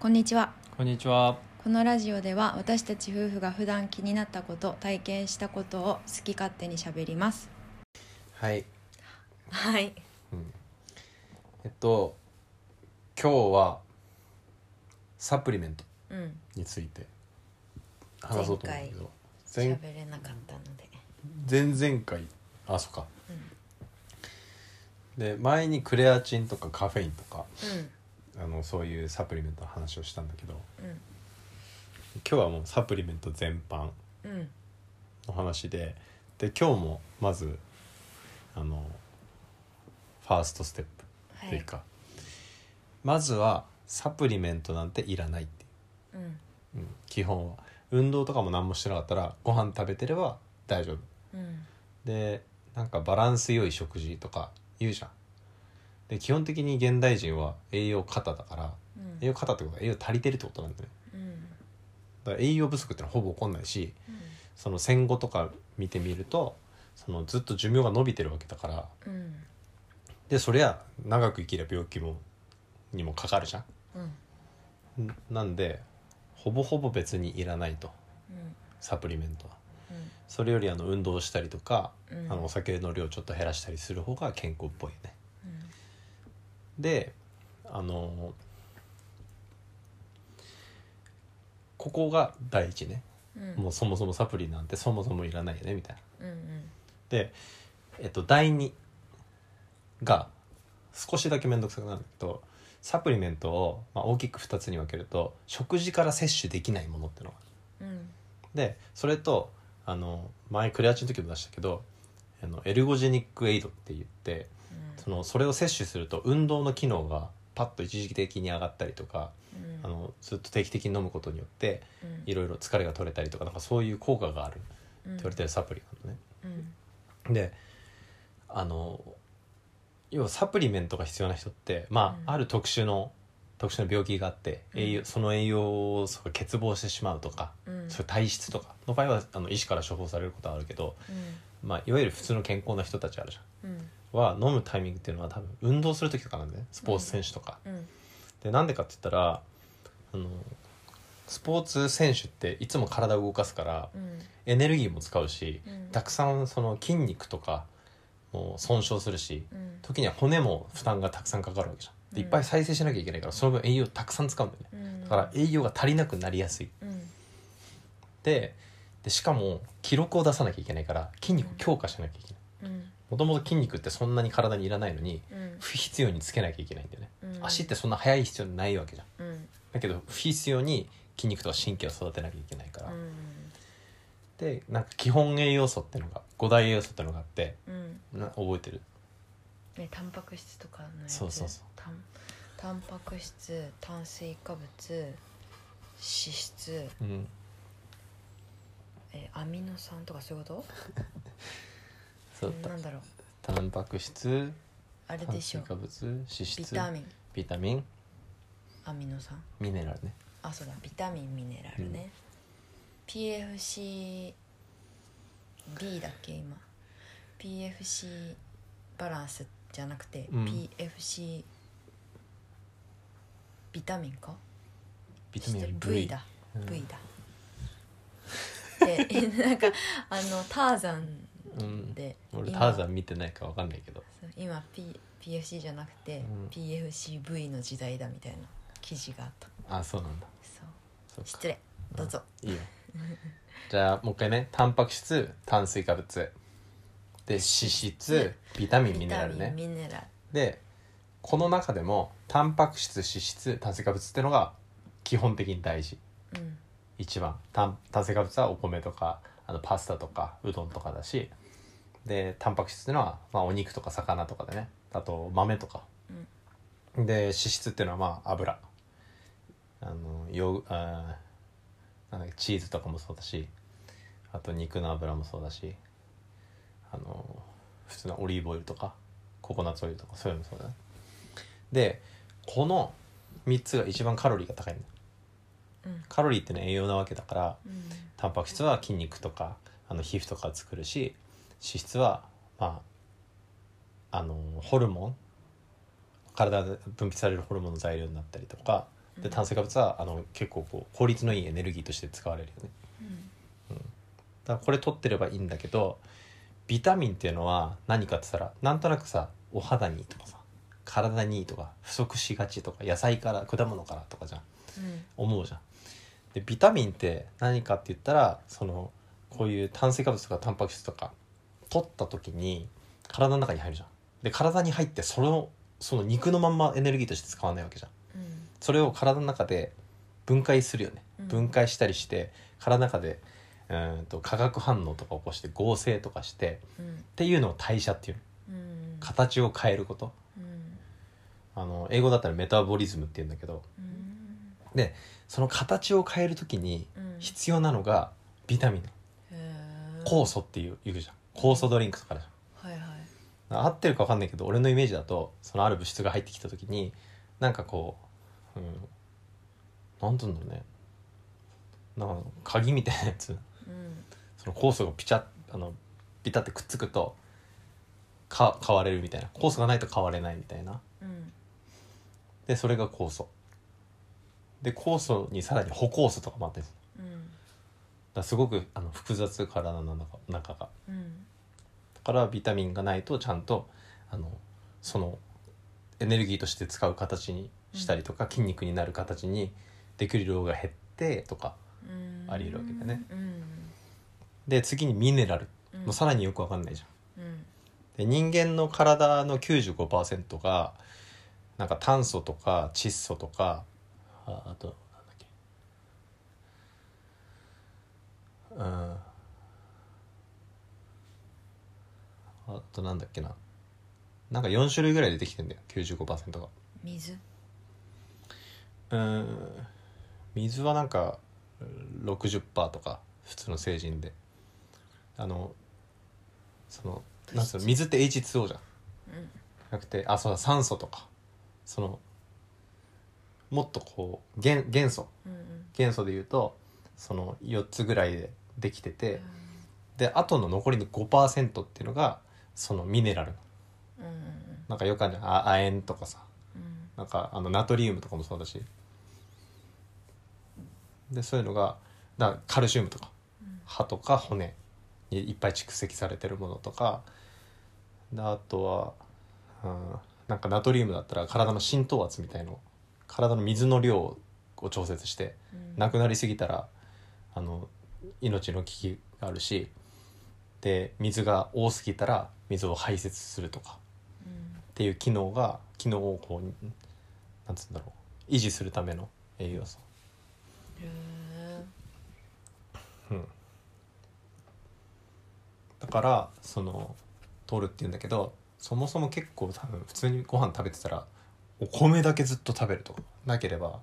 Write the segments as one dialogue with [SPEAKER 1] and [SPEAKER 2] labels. [SPEAKER 1] こんにちは
[SPEAKER 2] こんにちは。
[SPEAKER 1] このラジオでは私たち夫婦が普段気になったこと体験したことを好き勝手にしゃべります
[SPEAKER 2] はい。
[SPEAKER 1] はい
[SPEAKER 2] えっと今日はサプリメント
[SPEAKER 1] うん
[SPEAKER 2] について話そうと思うんだけど、前
[SPEAKER 1] 喋れなかったので
[SPEAKER 2] 前々回あそっか。で前にクレアチンとかカフェインとかあのそういうサプリメントの話をしたんだけど今日はもうサプリメント全般
[SPEAKER 1] うんうん
[SPEAKER 2] の話でで今日もまずあのファーストステップ
[SPEAKER 1] は
[SPEAKER 2] っていうか、まずはサプリメントなんていらないって
[SPEAKER 1] うん
[SPEAKER 2] いう、うん基本は運動とかも何もしてなかったらご飯食べてれば大丈夫
[SPEAKER 1] うん
[SPEAKER 2] でなんかバランス良い食事とか言うじゃんで基本的に現代人は栄養過多だから
[SPEAKER 1] うん
[SPEAKER 2] 栄養過多ってことは栄養足りてるってことなんだよね
[SPEAKER 1] うん
[SPEAKER 2] だから栄養不足ってのはほぼ起こんないしその戦後とか見てみるとそのずっと寿命が伸びてるわけだから
[SPEAKER 1] うん
[SPEAKER 2] でそりゃ長く生きれば病気もにもかかるじゃん
[SPEAKER 1] うん
[SPEAKER 2] んなんでほぼほぼ別にいらないと
[SPEAKER 1] うん
[SPEAKER 2] サプリメントは
[SPEAKER 1] うん
[SPEAKER 2] それよりあの運動したりとか、
[SPEAKER 1] うん
[SPEAKER 2] あのお酒の量ちょっと減らしたりする方が健康っぽいよねであのここが第一
[SPEAKER 1] うんう
[SPEAKER 2] ね、
[SPEAKER 1] ん
[SPEAKER 2] もうそもそもサプリなんてそもそもいらないよねみたいな
[SPEAKER 1] うんうん
[SPEAKER 2] でえっと第二が少しだけ面倒くさくなるんだけどサプリメントを、まあ、大きく2つに分けると食事から摂取できないものってのがある
[SPEAKER 1] うん
[SPEAKER 2] でそれとあの前クレアチンの時も出したけどあのエルゴジェニックエイドって言ってそのそれを摂取すると運動の機能がパッと一時的に上がったりとか
[SPEAKER 1] うん
[SPEAKER 2] あのずっと定期的に飲むことによって
[SPEAKER 1] うん
[SPEAKER 2] いろいろ疲れが取れたりとかなんかそういう効果があるって
[SPEAKER 1] うん
[SPEAKER 2] 言われてるサプリなのね。
[SPEAKER 1] うん
[SPEAKER 2] であの要はサプリメントが必要な人って、ま
[SPEAKER 1] う
[SPEAKER 2] あ
[SPEAKER 1] ん
[SPEAKER 2] ある特殊の特殊な病気があって栄養、
[SPEAKER 1] うん
[SPEAKER 2] その栄養をそう欠乏してしまうとか、
[SPEAKER 1] うん
[SPEAKER 2] そういう体質とかの場合はあの医師から処方されることはあるけど、まあ、いわゆる普通の健康な人たちあるじゃん
[SPEAKER 1] うんうん
[SPEAKER 2] は飲むタイミングっていうのは多分運動する時とかなんで、ね、スポーツ選手とか。
[SPEAKER 1] うん
[SPEAKER 2] でなんでかって言ったらあのスポーツ選手っていつも体を動かすから
[SPEAKER 1] うん
[SPEAKER 2] エネルギーも使うし、
[SPEAKER 1] うん
[SPEAKER 2] たくさんその筋肉とかもう損傷するし
[SPEAKER 1] うん
[SPEAKER 2] 時には骨も負担がたくさんかかるわけじゃんで
[SPEAKER 1] うん
[SPEAKER 2] いっぱい再生しなきゃいけないからその分栄養たくさん使うんだよね
[SPEAKER 1] うん
[SPEAKER 2] だから栄養が足りなくなりやすい
[SPEAKER 1] うん
[SPEAKER 2] ででしかも記録を出さなきゃいけないから筋肉を強化しなきゃいけない
[SPEAKER 1] うん
[SPEAKER 2] もともと筋肉ってそんなに体にいらないのに
[SPEAKER 1] うん
[SPEAKER 2] 不必要につけなきゃいけないんだよね
[SPEAKER 1] うん
[SPEAKER 2] 足ってそんな速い必要ないわけじゃん
[SPEAKER 1] うん
[SPEAKER 2] だけど不必要に筋肉とか神経を育てなきゃいけないから
[SPEAKER 1] うん
[SPEAKER 2] でなんか基本栄養素ってのが5大栄養素ってのがあって
[SPEAKER 1] うん
[SPEAKER 2] な覚えてる
[SPEAKER 1] ねタンパク質とかのやつ
[SPEAKER 2] そうそうそう
[SPEAKER 1] タンタンパク質炭水化物脂質
[SPEAKER 2] うん
[SPEAKER 1] えアミノ酸とかそういうこ
[SPEAKER 2] そ
[SPEAKER 1] と
[SPEAKER 2] うだ
[SPEAKER 1] なんだろう
[SPEAKER 2] タンパク質
[SPEAKER 1] あれ
[SPEAKER 2] 炭
[SPEAKER 1] でし
[SPEAKER 2] 水
[SPEAKER 1] ょ
[SPEAKER 2] 化物脂質
[SPEAKER 1] ビタミン
[SPEAKER 2] ビタミン
[SPEAKER 1] アミノ酸
[SPEAKER 2] ミネラルね
[SPEAKER 1] あそうだビタミンミネラルね、PFCD だっけ今 PFC バランスじゃなくて、
[SPEAKER 2] うん
[SPEAKER 1] PFC ビタミンか
[SPEAKER 2] ビタミン V,
[SPEAKER 1] V だ
[SPEAKER 2] うん
[SPEAKER 1] V だ、で なんかあのターザ
[SPEAKER 2] うん
[SPEAKER 1] ンで、
[SPEAKER 2] 俺
[SPEAKER 1] 今
[SPEAKER 2] ターザン見てないから分かんないけど
[SPEAKER 1] そう今、P、PFC じゃなくて、
[SPEAKER 2] うん
[SPEAKER 1] PFCV の時代だみたいな記事があった
[SPEAKER 2] あそうなんだ
[SPEAKER 1] そう
[SPEAKER 2] そっか
[SPEAKER 1] 失礼どうぞ、
[SPEAKER 2] いいよじゃあもう一回ねタンパク質炭水化物で脂質ビタミンミ
[SPEAKER 1] ビ
[SPEAKER 2] ネラ
[SPEAKER 1] タ
[SPEAKER 2] ル
[SPEAKER 1] ミン
[SPEAKER 2] ね
[SPEAKER 1] ミネラル
[SPEAKER 2] でこの中でもタンパク質脂質炭水化物ってのが基本的に大事
[SPEAKER 1] うん
[SPEAKER 2] 一番炭炭水化物はお米とかあのパスタとかうどんとかだしでタンパク質っていうのは、まあ、お肉とか魚とかでねあと豆とか、で脂質っていうのはまあ油あのよあーなんだっけチーズとかもそうだしあと肉の油もそうだしあの普通のオリーブオイルとかココナッツオイルとかそういうのもそうだねでこの3つが一番カロリーが高いんだ
[SPEAKER 1] うん
[SPEAKER 2] カロリーってね栄養なわけだから
[SPEAKER 1] うん
[SPEAKER 2] タンパク質は筋肉とかあの皮膚とかを作るし脂質はまああのホルモン体で分泌されるホルモンの材料になったりとかで炭水化物はあの結構こう効率のいいエネルギーとして使われるよね
[SPEAKER 1] うん
[SPEAKER 2] だからこれ取ってればいいんだけどビタミンっていうのは何かって言ったらなんとなくさお肌にいいとかさ体にいいとか不足しがちとか野菜から果物からとかじゃん
[SPEAKER 1] うん
[SPEAKER 2] 思うじゃんでビタミンって何かって言ったらそのこういう炭水化物とかタンパク質とか取った時に体の中に入るじゃんで体に入ってそのその肉のまんまエネルギーとして使わないわけじゃん
[SPEAKER 1] うん
[SPEAKER 2] それを体の中で分解するよね、
[SPEAKER 1] うん
[SPEAKER 2] 分解したりして体の中でうーんと化学反応とか起こして合成とかして
[SPEAKER 1] うん
[SPEAKER 2] っていうのを代謝っていう
[SPEAKER 1] うん
[SPEAKER 2] 形を変えること
[SPEAKER 1] うん
[SPEAKER 2] あの英語だったらメタボリズムっていうんだけど
[SPEAKER 1] うん
[SPEAKER 2] その形を変える時に
[SPEAKER 1] うん
[SPEAKER 2] 必要なのがビタミン
[SPEAKER 1] へー
[SPEAKER 2] 酵素っていう言うじゃん酵素ドリンクとかあるじ
[SPEAKER 1] はいはい
[SPEAKER 2] ゃん合ってるか分かんないけど俺のイメージだとそのある物質が入ってきた時になんかこう、うん、なんて言うんだろうねなんか鍵みたいなやつ
[SPEAKER 1] うん
[SPEAKER 2] その酵素がピチャッあのビタってくっつくとか変われるみたいな酵素がないと変われないみたいな
[SPEAKER 1] うん
[SPEAKER 2] でそれが酵素で酵素にさらに補酵素とかもあったりする
[SPEAKER 1] うん
[SPEAKER 2] だからすごくあの複雑体の中中が
[SPEAKER 1] うん
[SPEAKER 2] だからビタミンがないとちゃんとあのそのエネルギーとして使う形にしたりとか、筋肉になる形にできる量が減ってとか
[SPEAKER 1] うん
[SPEAKER 2] ありえるわけだね
[SPEAKER 1] うん
[SPEAKER 2] で次にミネラル
[SPEAKER 1] うん
[SPEAKER 2] もさらによくわかんないじゃん
[SPEAKER 1] うん
[SPEAKER 2] で人間の体の95%がなんか炭素とか窒素とかああとなんだっけうんあとなんだっけななんか4種類ぐらい出てきてんだよ95%が
[SPEAKER 1] 水
[SPEAKER 2] うん水はなんか60%とか普通の成人であのそのなんつうの水って H2O じゃん
[SPEAKER 1] うん
[SPEAKER 2] なくてあそうだ酸素とかそのもっとこう元元素
[SPEAKER 1] うん
[SPEAKER 2] 元素でいうとその4つぐらいでできて
[SPEAKER 1] う
[SPEAKER 2] て
[SPEAKER 1] ん
[SPEAKER 2] であとの残りの5%っていうのがそのミネラル
[SPEAKER 1] うんうん
[SPEAKER 2] なんかよくあるじゃんあ亜鉛とかさ
[SPEAKER 1] うん
[SPEAKER 2] なんかあのナトリウムとかもそうだしでそういうのがだカルシウムとか
[SPEAKER 1] うん
[SPEAKER 2] 歯とか骨にいっぱい蓄積されてるものとかであとは、うん、なんかナトリウムだったら体の浸透圧みたいの体の水の量を調節して
[SPEAKER 1] うん
[SPEAKER 2] なくなりすぎたらあの命の危機があるしで水が多すぎたら水を排泄するとか
[SPEAKER 1] うん
[SPEAKER 2] っていう機能が機能をこうなんつうんだろう維持するための栄養素
[SPEAKER 1] へー
[SPEAKER 2] だからその取るっていうんだけどそもそも結構多分普通にご飯食べてたらお米だけずっと食べるとかなければ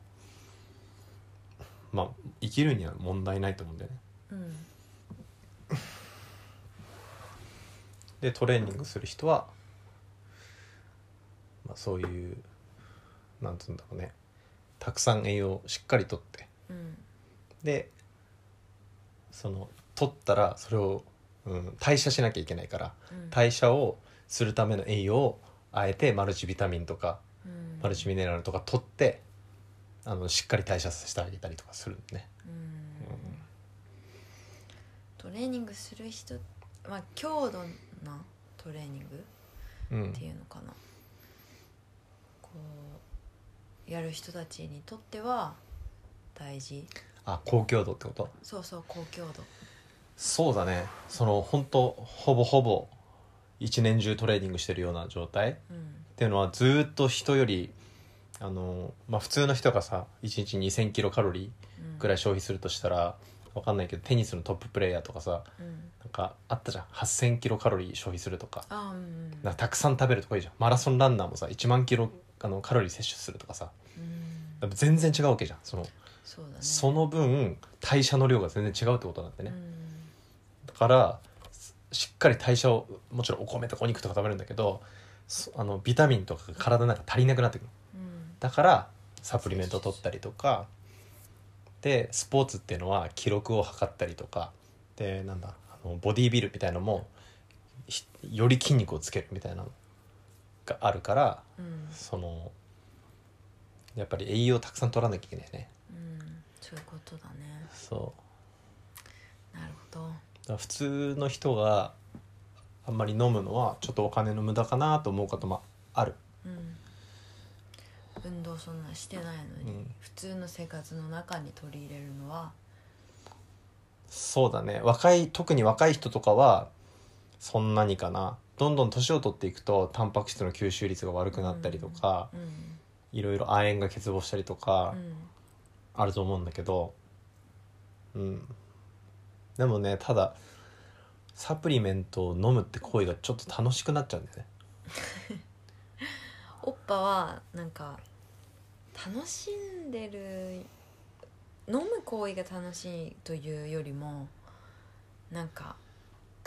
[SPEAKER 2] まあ生きるには問題ないと思うんだよね
[SPEAKER 1] うん
[SPEAKER 2] でトレーニングする人は、まあ、そういうなんつうんだろうねたくさん栄養をしっかりとって
[SPEAKER 1] うん
[SPEAKER 2] でその取ったらそれを、うん、代謝しなきゃいけないから
[SPEAKER 1] うん
[SPEAKER 2] 代謝をするための栄養をあえてマルチビタミンとか
[SPEAKER 1] うん
[SPEAKER 2] マルチミネラルとか取ってあのしっかり代謝させてあげたりとかするんでね
[SPEAKER 1] うんトレーニングする人まあ強度なトレーニング
[SPEAKER 2] うん、
[SPEAKER 1] っていうのかなこうやる人たちにとっては大事
[SPEAKER 2] あ高強度ってこと
[SPEAKER 1] そうそう高強度
[SPEAKER 2] そうだねその本当ほぼほぼ一年中トレーニングしてるような状態っ
[SPEAKER 1] うん
[SPEAKER 2] ていうのはずーっと人よりあの、まあ、普通の人がさ1日2,000キロカロリ
[SPEAKER 1] うん
[SPEAKER 2] ーぐらい消費するとしたらわかんないけどテニスのトッププレイヤーとかさ
[SPEAKER 1] うん
[SPEAKER 2] なんかあったじゃん8,000キロカロリー消費するとか
[SPEAKER 1] あうん
[SPEAKER 2] なんかたくさん食べるとかいいじゃんマラソンランナーもさ1万キロあのカロリー摂取するとかさ
[SPEAKER 1] うん
[SPEAKER 2] やっぱ全然違うわけじゃんその
[SPEAKER 1] そうだね
[SPEAKER 2] その分代謝の量が全然違うってことなん
[SPEAKER 1] う
[SPEAKER 2] でね、
[SPEAKER 1] ん
[SPEAKER 2] だからすしっかり代謝をもちろんお米とかお肉とか食べるんだけどそあのビタミンとかが体の中足りなくなってくる
[SPEAKER 1] うん
[SPEAKER 2] だからサプリメント取ったりとかでスポーツっていうのは記録を測ったりとかでなんだあのボディービルみたいのもひより筋肉をつけるみたいなのがあるから
[SPEAKER 1] うん
[SPEAKER 2] そのやっぱり栄養をたくさん取らなきゃいけないね
[SPEAKER 1] うんそういうことだね
[SPEAKER 2] そ
[SPEAKER 1] なるほど
[SPEAKER 2] うだから普通の人があんまり飲むのはちょっとお金の無駄かなと思うこともある
[SPEAKER 1] うん運動そんなしてないのに、
[SPEAKER 2] うん
[SPEAKER 1] 普通の生活の中に取り入れるのは
[SPEAKER 2] そうだね若い特に若い人とかはそんなにかなどんどん年を取っていくとタンパク質の吸収率が悪くなったりとか、
[SPEAKER 1] うん
[SPEAKER 2] いろいろ亜鉛が欠乏したりとか
[SPEAKER 1] うん
[SPEAKER 2] あると思うんだけどうんでもねただサプリメントを飲むって行為がちょっと楽しくなっちゃうんだよね
[SPEAKER 1] おっぱはなんか楽しんでる飲む行為が楽しいというよりもなんか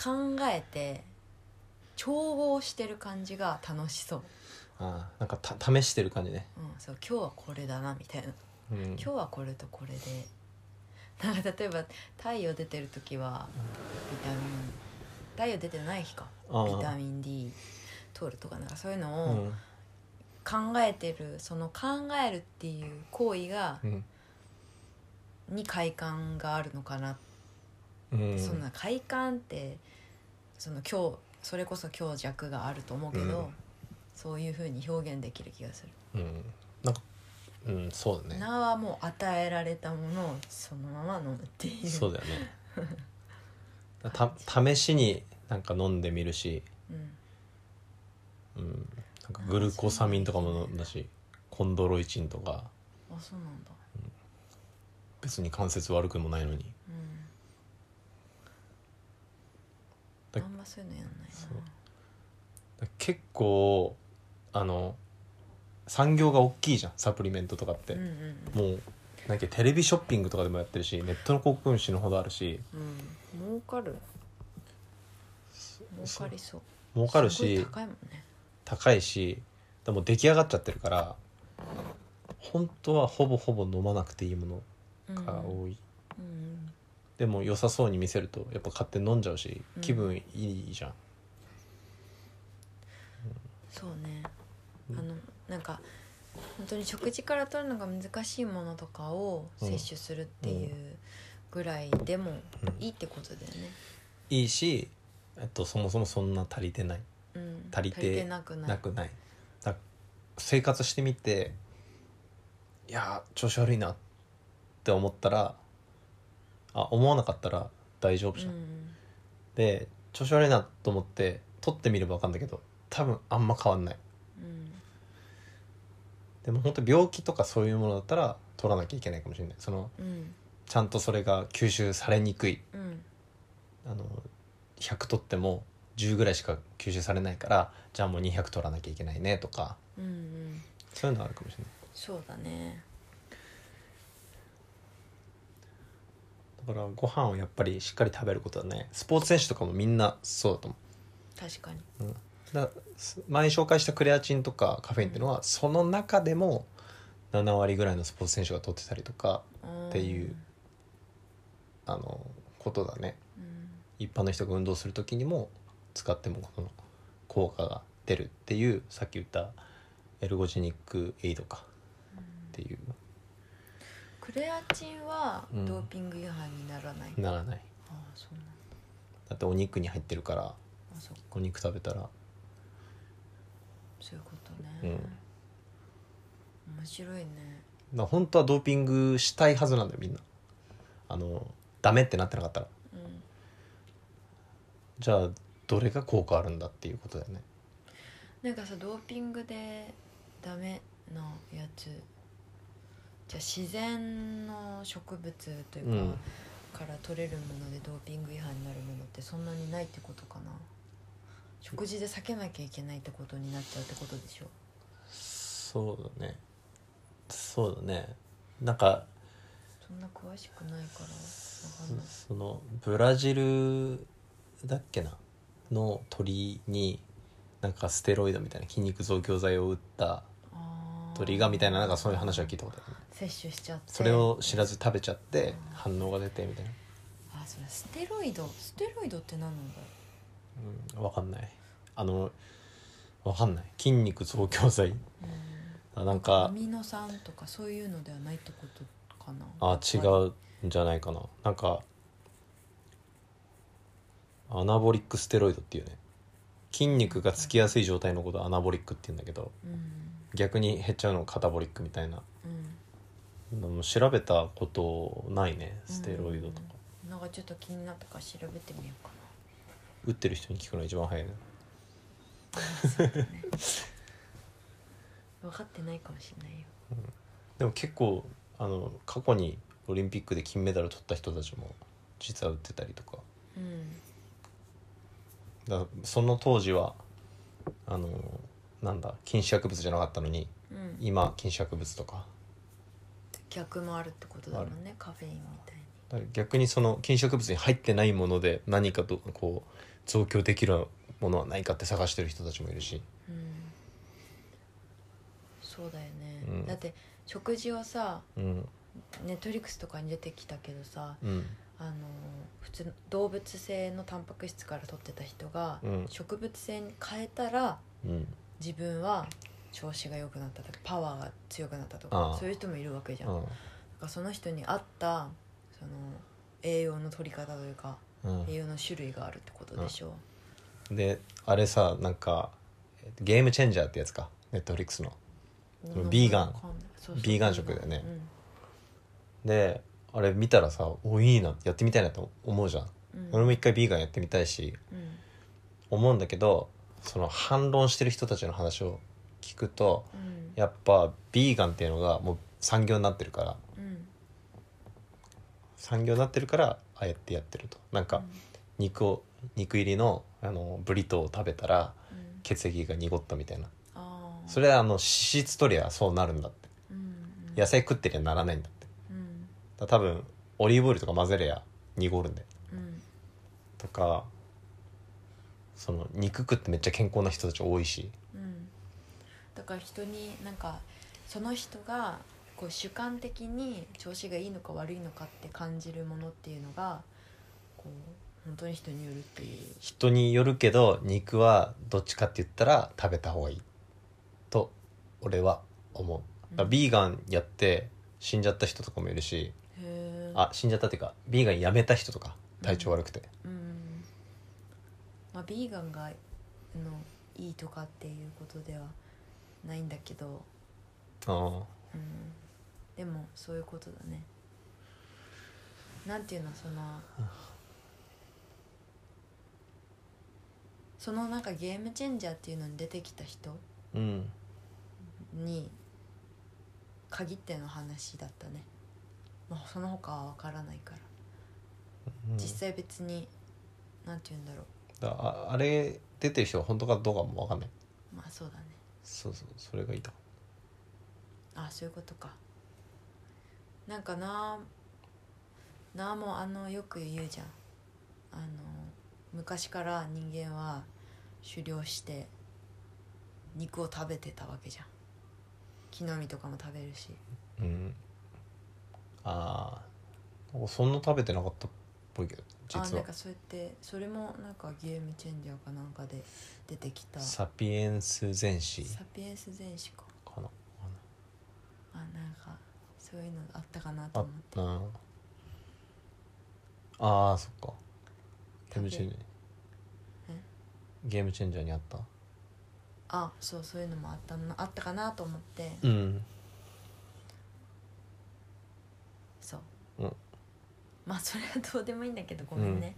[SPEAKER 1] 考えて調合してる感じが楽しそう、
[SPEAKER 2] あーなんかた試してる感じね、
[SPEAKER 1] うん、そう今日はこれだなみたいな
[SPEAKER 2] うん、
[SPEAKER 1] 今日はこれとこれでなんか例えば太陽出てる時はビタミン太陽出てない日か
[SPEAKER 2] あー
[SPEAKER 1] ビタミン D 取るとかなんかそういうの
[SPEAKER 2] う
[SPEAKER 1] を
[SPEAKER 2] ん
[SPEAKER 1] 考えてるその考えるっていう行為が
[SPEAKER 2] うん
[SPEAKER 1] に快感があるのかな、
[SPEAKER 2] うん
[SPEAKER 1] そんな快感ってその今日それこそ強弱があると思うけど、
[SPEAKER 2] うん
[SPEAKER 1] そういうふうに表現できる気がする。
[SPEAKER 2] うんなんかうんそうだね
[SPEAKER 1] なはもう与えられたものをそのまま飲むっていう。
[SPEAKER 2] そうだよねた試しになんか飲んでみるし、
[SPEAKER 1] うん
[SPEAKER 2] うん、なんかグルコサミンとかも飲んだしコンドロイチンとか
[SPEAKER 1] あそうなんだ、
[SPEAKER 2] 別に関節悪くもないのに
[SPEAKER 1] うん、
[SPEAKER 2] だ
[SPEAKER 1] あんまそういうのやんない
[SPEAKER 2] そう結構あの産業が大きいじゃんサプリメントとかって、
[SPEAKER 1] なうんうん
[SPEAKER 2] もうなんかテレビショッピングとかでもやってるしネットの広告主のほどあるし
[SPEAKER 1] うん、うん、儲かる儲かりそう
[SPEAKER 2] 儲かる
[SPEAKER 1] すごい
[SPEAKER 2] し
[SPEAKER 1] 高いもんね
[SPEAKER 2] 高いしでも出来上がっちゃってるから本当はほぼほぼ飲まなくていいも
[SPEAKER 1] うん
[SPEAKER 2] のが多
[SPEAKER 1] う
[SPEAKER 2] い、
[SPEAKER 1] ん
[SPEAKER 2] でも良さそうに見せるとやっぱ買って飲んじゃうし
[SPEAKER 1] うん
[SPEAKER 2] 気分いいじゃん、
[SPEAKER 1] そうね
[SPEAKER 2] うん
[SPEAKER 1] あのなんか本当に食事から取るのが難しいものとかを
[SPEAKER 2] うん
[SPEAKER 1] 摂取するっていうぐらいでもいいってことだよね、
[SPEAKER 2] いいし、えっと、そもそもそんな足りてない
[SPEAKER 1] うん、
[SPEAKER 2] 足りて
[SPEAKER 1] なくない
[SPEAKER 2] なくないだ生活してみていやー調子悪いなって思ったらあ思わなかったら大丈夫じ
[SPEAKER 1] う
[SPEAKER 2] ゃん、
[SPEAKER 1] ん、
[SPEAKER 2] で調子悪いなと思って取ってみれば分かるんだけど多分あんま変わんない
[SPEAKER 1] うん、
[SPEAKER 2] でも本当病気とかそういうものだったら取らなきゃいけないかもしれないその
[SPEAKER 1] うん
[SPEAKER 2] ちゃんとそれが吸収されにくい
[SPEAKER 1] うん
[SPEAKER 2] あの100取っても10ぐらいしか吸収されないからじゃあもう200取らなきゃいけないねとか
[SPEAKER 1] うんうん
[SPEAKER 2] そういうのはあるかもしれない
[SPEAKER 1] そうだね
[SPEAKER 2] だからご飯をやっぱりしっかり食べることだねスポーツ選手とかもみんなそうだと思
[SPEAKER 1] 確かに
[SPEAKER 2] うだす前紹介したクレアチンとかカフェインっていうのはその中でも7割ぐらいのスポーツ選手が取ってたりとかっていうあのことだね
[SPEAKER 1] うん
[SPEAKER 2] 一般の人が運動する時にも使ってもこの効果が出るっていうさっき言ったエルゴジニックエイドかっていう
[SPEAKER 1] クレアチンは
[SPEAKER 2] うん
[SPEAKER 1] ドーピング違反にならない、あ
[SPEAKER 2] ならない
[SPEAKER 1] あそうなんだ
[SPEAKER 2] だってお肉に入ってるから
[SPEAKER 1] あそっか
[SPEAKER 2] お肉食べたら
[SPEAKER 1] そういうこと
[SPEAKER 2] うん
[SPEAKER 1] ね、面白いね
[SPEAKER 2] な本当はドーピングしたいはずなんだよみんなあのダメってなってなかったら
[SPEAKER 1] うん
[SPEAKER 2] じゃあどれが効果あるんだっていうことだよね
[SPEAKER 1] なんかさドーピングでダメなやつじゃあ自然の植物というか、
[SPEAKER 2] うん
[SPEAKER 1] から取れるものでドーピング違反になるものってそんなにないってことかな食事で避けなきゃいけないってことになっちゃうってことでしょ
[SPEAKER 2] そうだねそうだねなんか
[SPEAKER 1] そんな詳しくないからわかんない
[SPEAKER 2] そのブラジルだっけなの鳥になんかステロイドみたいな筋肉増強剤を打った
[SPEAKER 1] あー
[SPEAKER 2] 鳥がみたいななんかそういう話は聞いたことある
[SPEAKER 1] 摂取しちゃって
[SPEAKER 2] それを知らず食べちゃって反応が出てみたいな、
[SPEAKER 1] あそれステロイドステロイドって何なんだろ
[SPEAKER 2] うん、わかんないあのわかんない筋肉増強剤
[SPEAKER 1] う、うん
[SPEAKER 2] あなんか
[SPEAKER 1] アミノ酸とかそういうのではないってことかな
[SPEAKER 2] あ違
[SPEAKER 1] う
[SPEAKER 2] うんじゃないかななんかアナボリックステロイドっていうね筋肉がつきやすい状態のことをアナボリックって言うんだけど
[SPEAKER 1] うん
[SPEAKER 2] 逆に減っちゃうのをカタボリックみたいなでも調べたことないねステロイドとか、
[SPEAKER 1] うんなんかちょっと気になったから調べてみようか
[SPEAKER 2] 打ってる人に聞くのが一番早いね
[SPEAKER 1] な分かってないかもしれないよ
[SPEAKER 2] でも結構あの過去にオリンピックで金メダル取った人たちも実は打ってたりとか
[SPEAKER 1] うん
[SPEAKER 2] だからその当時はあのなんだ禁止薬物じゃなかったのに
[SPEAKER 1] うん
[SPEAKER 2] 今禁止薬物とか
[SPEAKER 1] 逆もあるってことだもんねカフェインみたいに
[SPEAKER 2] だから逆にその禁止薬物に入ってないもので何かとこう増強できるものはないかって探してる人たちもいるし
[SPEAKER 1] うんそうだよね、
[SPEAKER 2] うん
[SPEAKER 1] だって食事はさ
[SPEAKER 2] うん
[SPEAKER 1] ネットリックスとかに出てきたけどさ
[SPEAKER 2] うん
[SPEAKER 1] あの普通の動物性のタンパク質から取ってた人が、
[SPEAKER 2] うん
[SPEAKER 1] 植物性に変えたら
[SPEAKER 2] うん
[SPEAKER 1] 自分は調子が良くなったとかパワーが強くなったと
[SPEAKER 2] あ
[SPEAKER 1] か
[SPEAKER 2] あ
[SPEAKER 1] そういう人もいるわけじゃん、
[SPEAKER 2] うん
[SPEAKER 1] だからその人に合ったその栄養の取り方というか
[SPEAKER 2] うん
[SPEAKER 1] 栄養の種類があるってことでしょ
[SPEAKER 2] であれさなんかえっとゲームチェンジャーってやつかネットフリックスの
[SPEAKER 1] う、
[SPEAKER 2] うんビーガン
[SPEAKER 1] そうそう
[SPEAKER 2] ビーガン食だよねであれ見たらさおいいなやってみたいなと思うじゃん
[SPEAKER 1] うんうん
[SPEAKER 2] 俺も一回ビーガンやってみたいし
[SPEAKER 1] うん
[SPEAKER 2] 思うんだけどその反論してる人たちの話を聞くと
[SPEAKER 1] うん
[SPEAKER 2] やっぱビーガンっていうのがもう産業になってるから
[SPEAKER 1] うん
[SPEAKER 2] 産業になってるからああやってやってるとなんか肉を肉入りのあのブリトーを食べたら
[SPEAKER 1] うんうん
[SPEAKER 2] 血液が濁ったみたいな
[SPEAKER 1] ああ
[SPEAKER 2] それはあの脂質取りゃそうなるんだって
[SPEAKER 1] うんうん
[SPEAKER 2] 野菜食ってりゃならないんだって
[SPEAKER 1] うん
[SPEAKER 2] だから多分オリーブオイルとか混ぜりゃ濁るんだよ
[SPEAKER 1] うん
[SPEAKER 2] とかその肉食ってめっちゃ健康な人たち多いし
[SPEAKER 1] うんだから人になんかその人がこう主観的に調子がいいのか悪いのかって感じるものっていうのがこう本当に人によるっていう
[SPEAKER 2] 人によるけど肉はどっちかって言ったら食べた方がいいと俺は思うだからビーガンやって死んじゃった人とかもいるし
[SPEAKER 1] へー
[SPEAKER 2] あ死んじゃったっていうかビーガンやめた人とか体調悪くて、
[SPEAKER 1] うんまあビーガンがあのいいとかっていうことではないんだけど、
[SPEAKER 2] あ
[SPEAKER 1] うん、でもそういうことだねなんていうのそのそのなんかゲームチェンジャーっていうのに出てきた人
[SPEAKER 2] ーうん
[SPEAKER 1] に限っての話だったね、まあ、その他は分からないから、
[SPEAKER 2] うん
[SPEAKER 1] 実際別になんて言うんだろう
[SPEAKER 2] だからああれ出てる人は本当かどうかも分かんない
[SPEAKER 1] まあそうだね
[SPEAKER 2] そうそうそれがいいと
[SPEAKER 1] あそういうことかなんかななあもあのよく言うじゃんあの昔から人間は狩猟して肉を食べてたわけじゃん木の実とかも食べるし
[SPEAKER 2] うんああなんかそんな食べてなかったっぽいけど
[SPEAKER 1] あ
[SPEAKER 2] 実
[SPEAKER 1] なん
[SPEAKER 2] は
[SPEAKER 1] かそうやってそれもなんかゲームチェンジャーかなんかで出てきたサ
[SPEAKER 2] サピエンス全史
[SPEAKER 1] ピエンス全史か
[SPEAKER 2] かな
[SPEAKER 1] あなんかそういうのあったかなと
[SPEAKER 2] あ
[SPEAKER 1] 思っ
[SPEAKER 2] ってたああそっかゲームチェンジャーに
[SPEAKER 1] え
[SPEAKER 2] ゲームチェンジャーにあった
[SPEAKER 1] あそうそういうのもあったなあったかなと思って
[SPEAKER 2] うん
[SPEAKER 1] そう、
[SPEAKER 2] うん
[SPEAKER 1] まあそれはどうでもいいんだけどごめんね、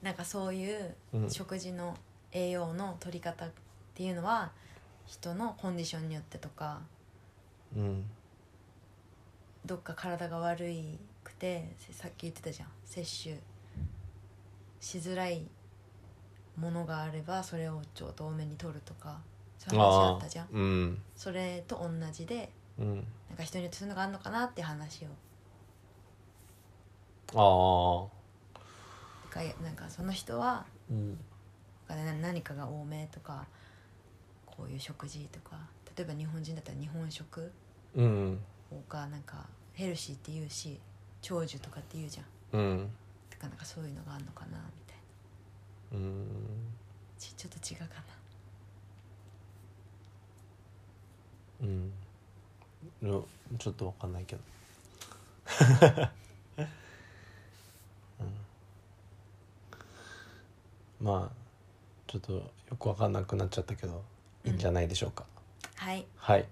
[SPEAKER 1] なんかそういう
[SPEAKER 2] うん
[SPEAKER 1] 食事の栄養の取り方っていうのは人のコンディションによってとか
[SPEAKER 2] うん
[SPEAKER 1] どっか体が悪いくてせさっき言ってたじゃん摂取しづらいものがあればそれをちょっと多めに取るとかそういう話あ
[SPEAKER 2] あ
[SPEAKER 1] ったじゃん
[SPEAKER 2] ーうん
[SPEAKER 1] それと同じで
[SPEAKER 2] うん
[SPEAKER 1] なんか人によってそういうのがあるのかなって話を
[SPEAKER 2] ああ
[SPEAKER 1] だからなんかその人は
[SPEAKER 2] うん
[SPEAKER 1] な何かが多めとかこういう食事とか例えば日本人だったら日本食
[SPEAKER 2] うん
[SPEAKER 1] がなんかヘルシーって言うし長寿とかって言うじゃん
[SPEAKER 2] うん
[SPEAKER 1] だからなんかそういうのがあるのかなみたいな
[SPEAKER 2] うん
[SPEAKER 1] ちちょっと違うかな
[SPEAKER 2] うんるちょっとわかんないけど うん、まあちょっとよくわかんなくなっちゃったけどいいんじゃないでしょうか、
[SPEAKER 1] はい
[SPEAKER 2] はい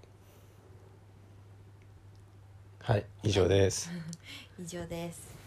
[SPEAKER 2] はい以上です
[SPEAKER 1] 以上です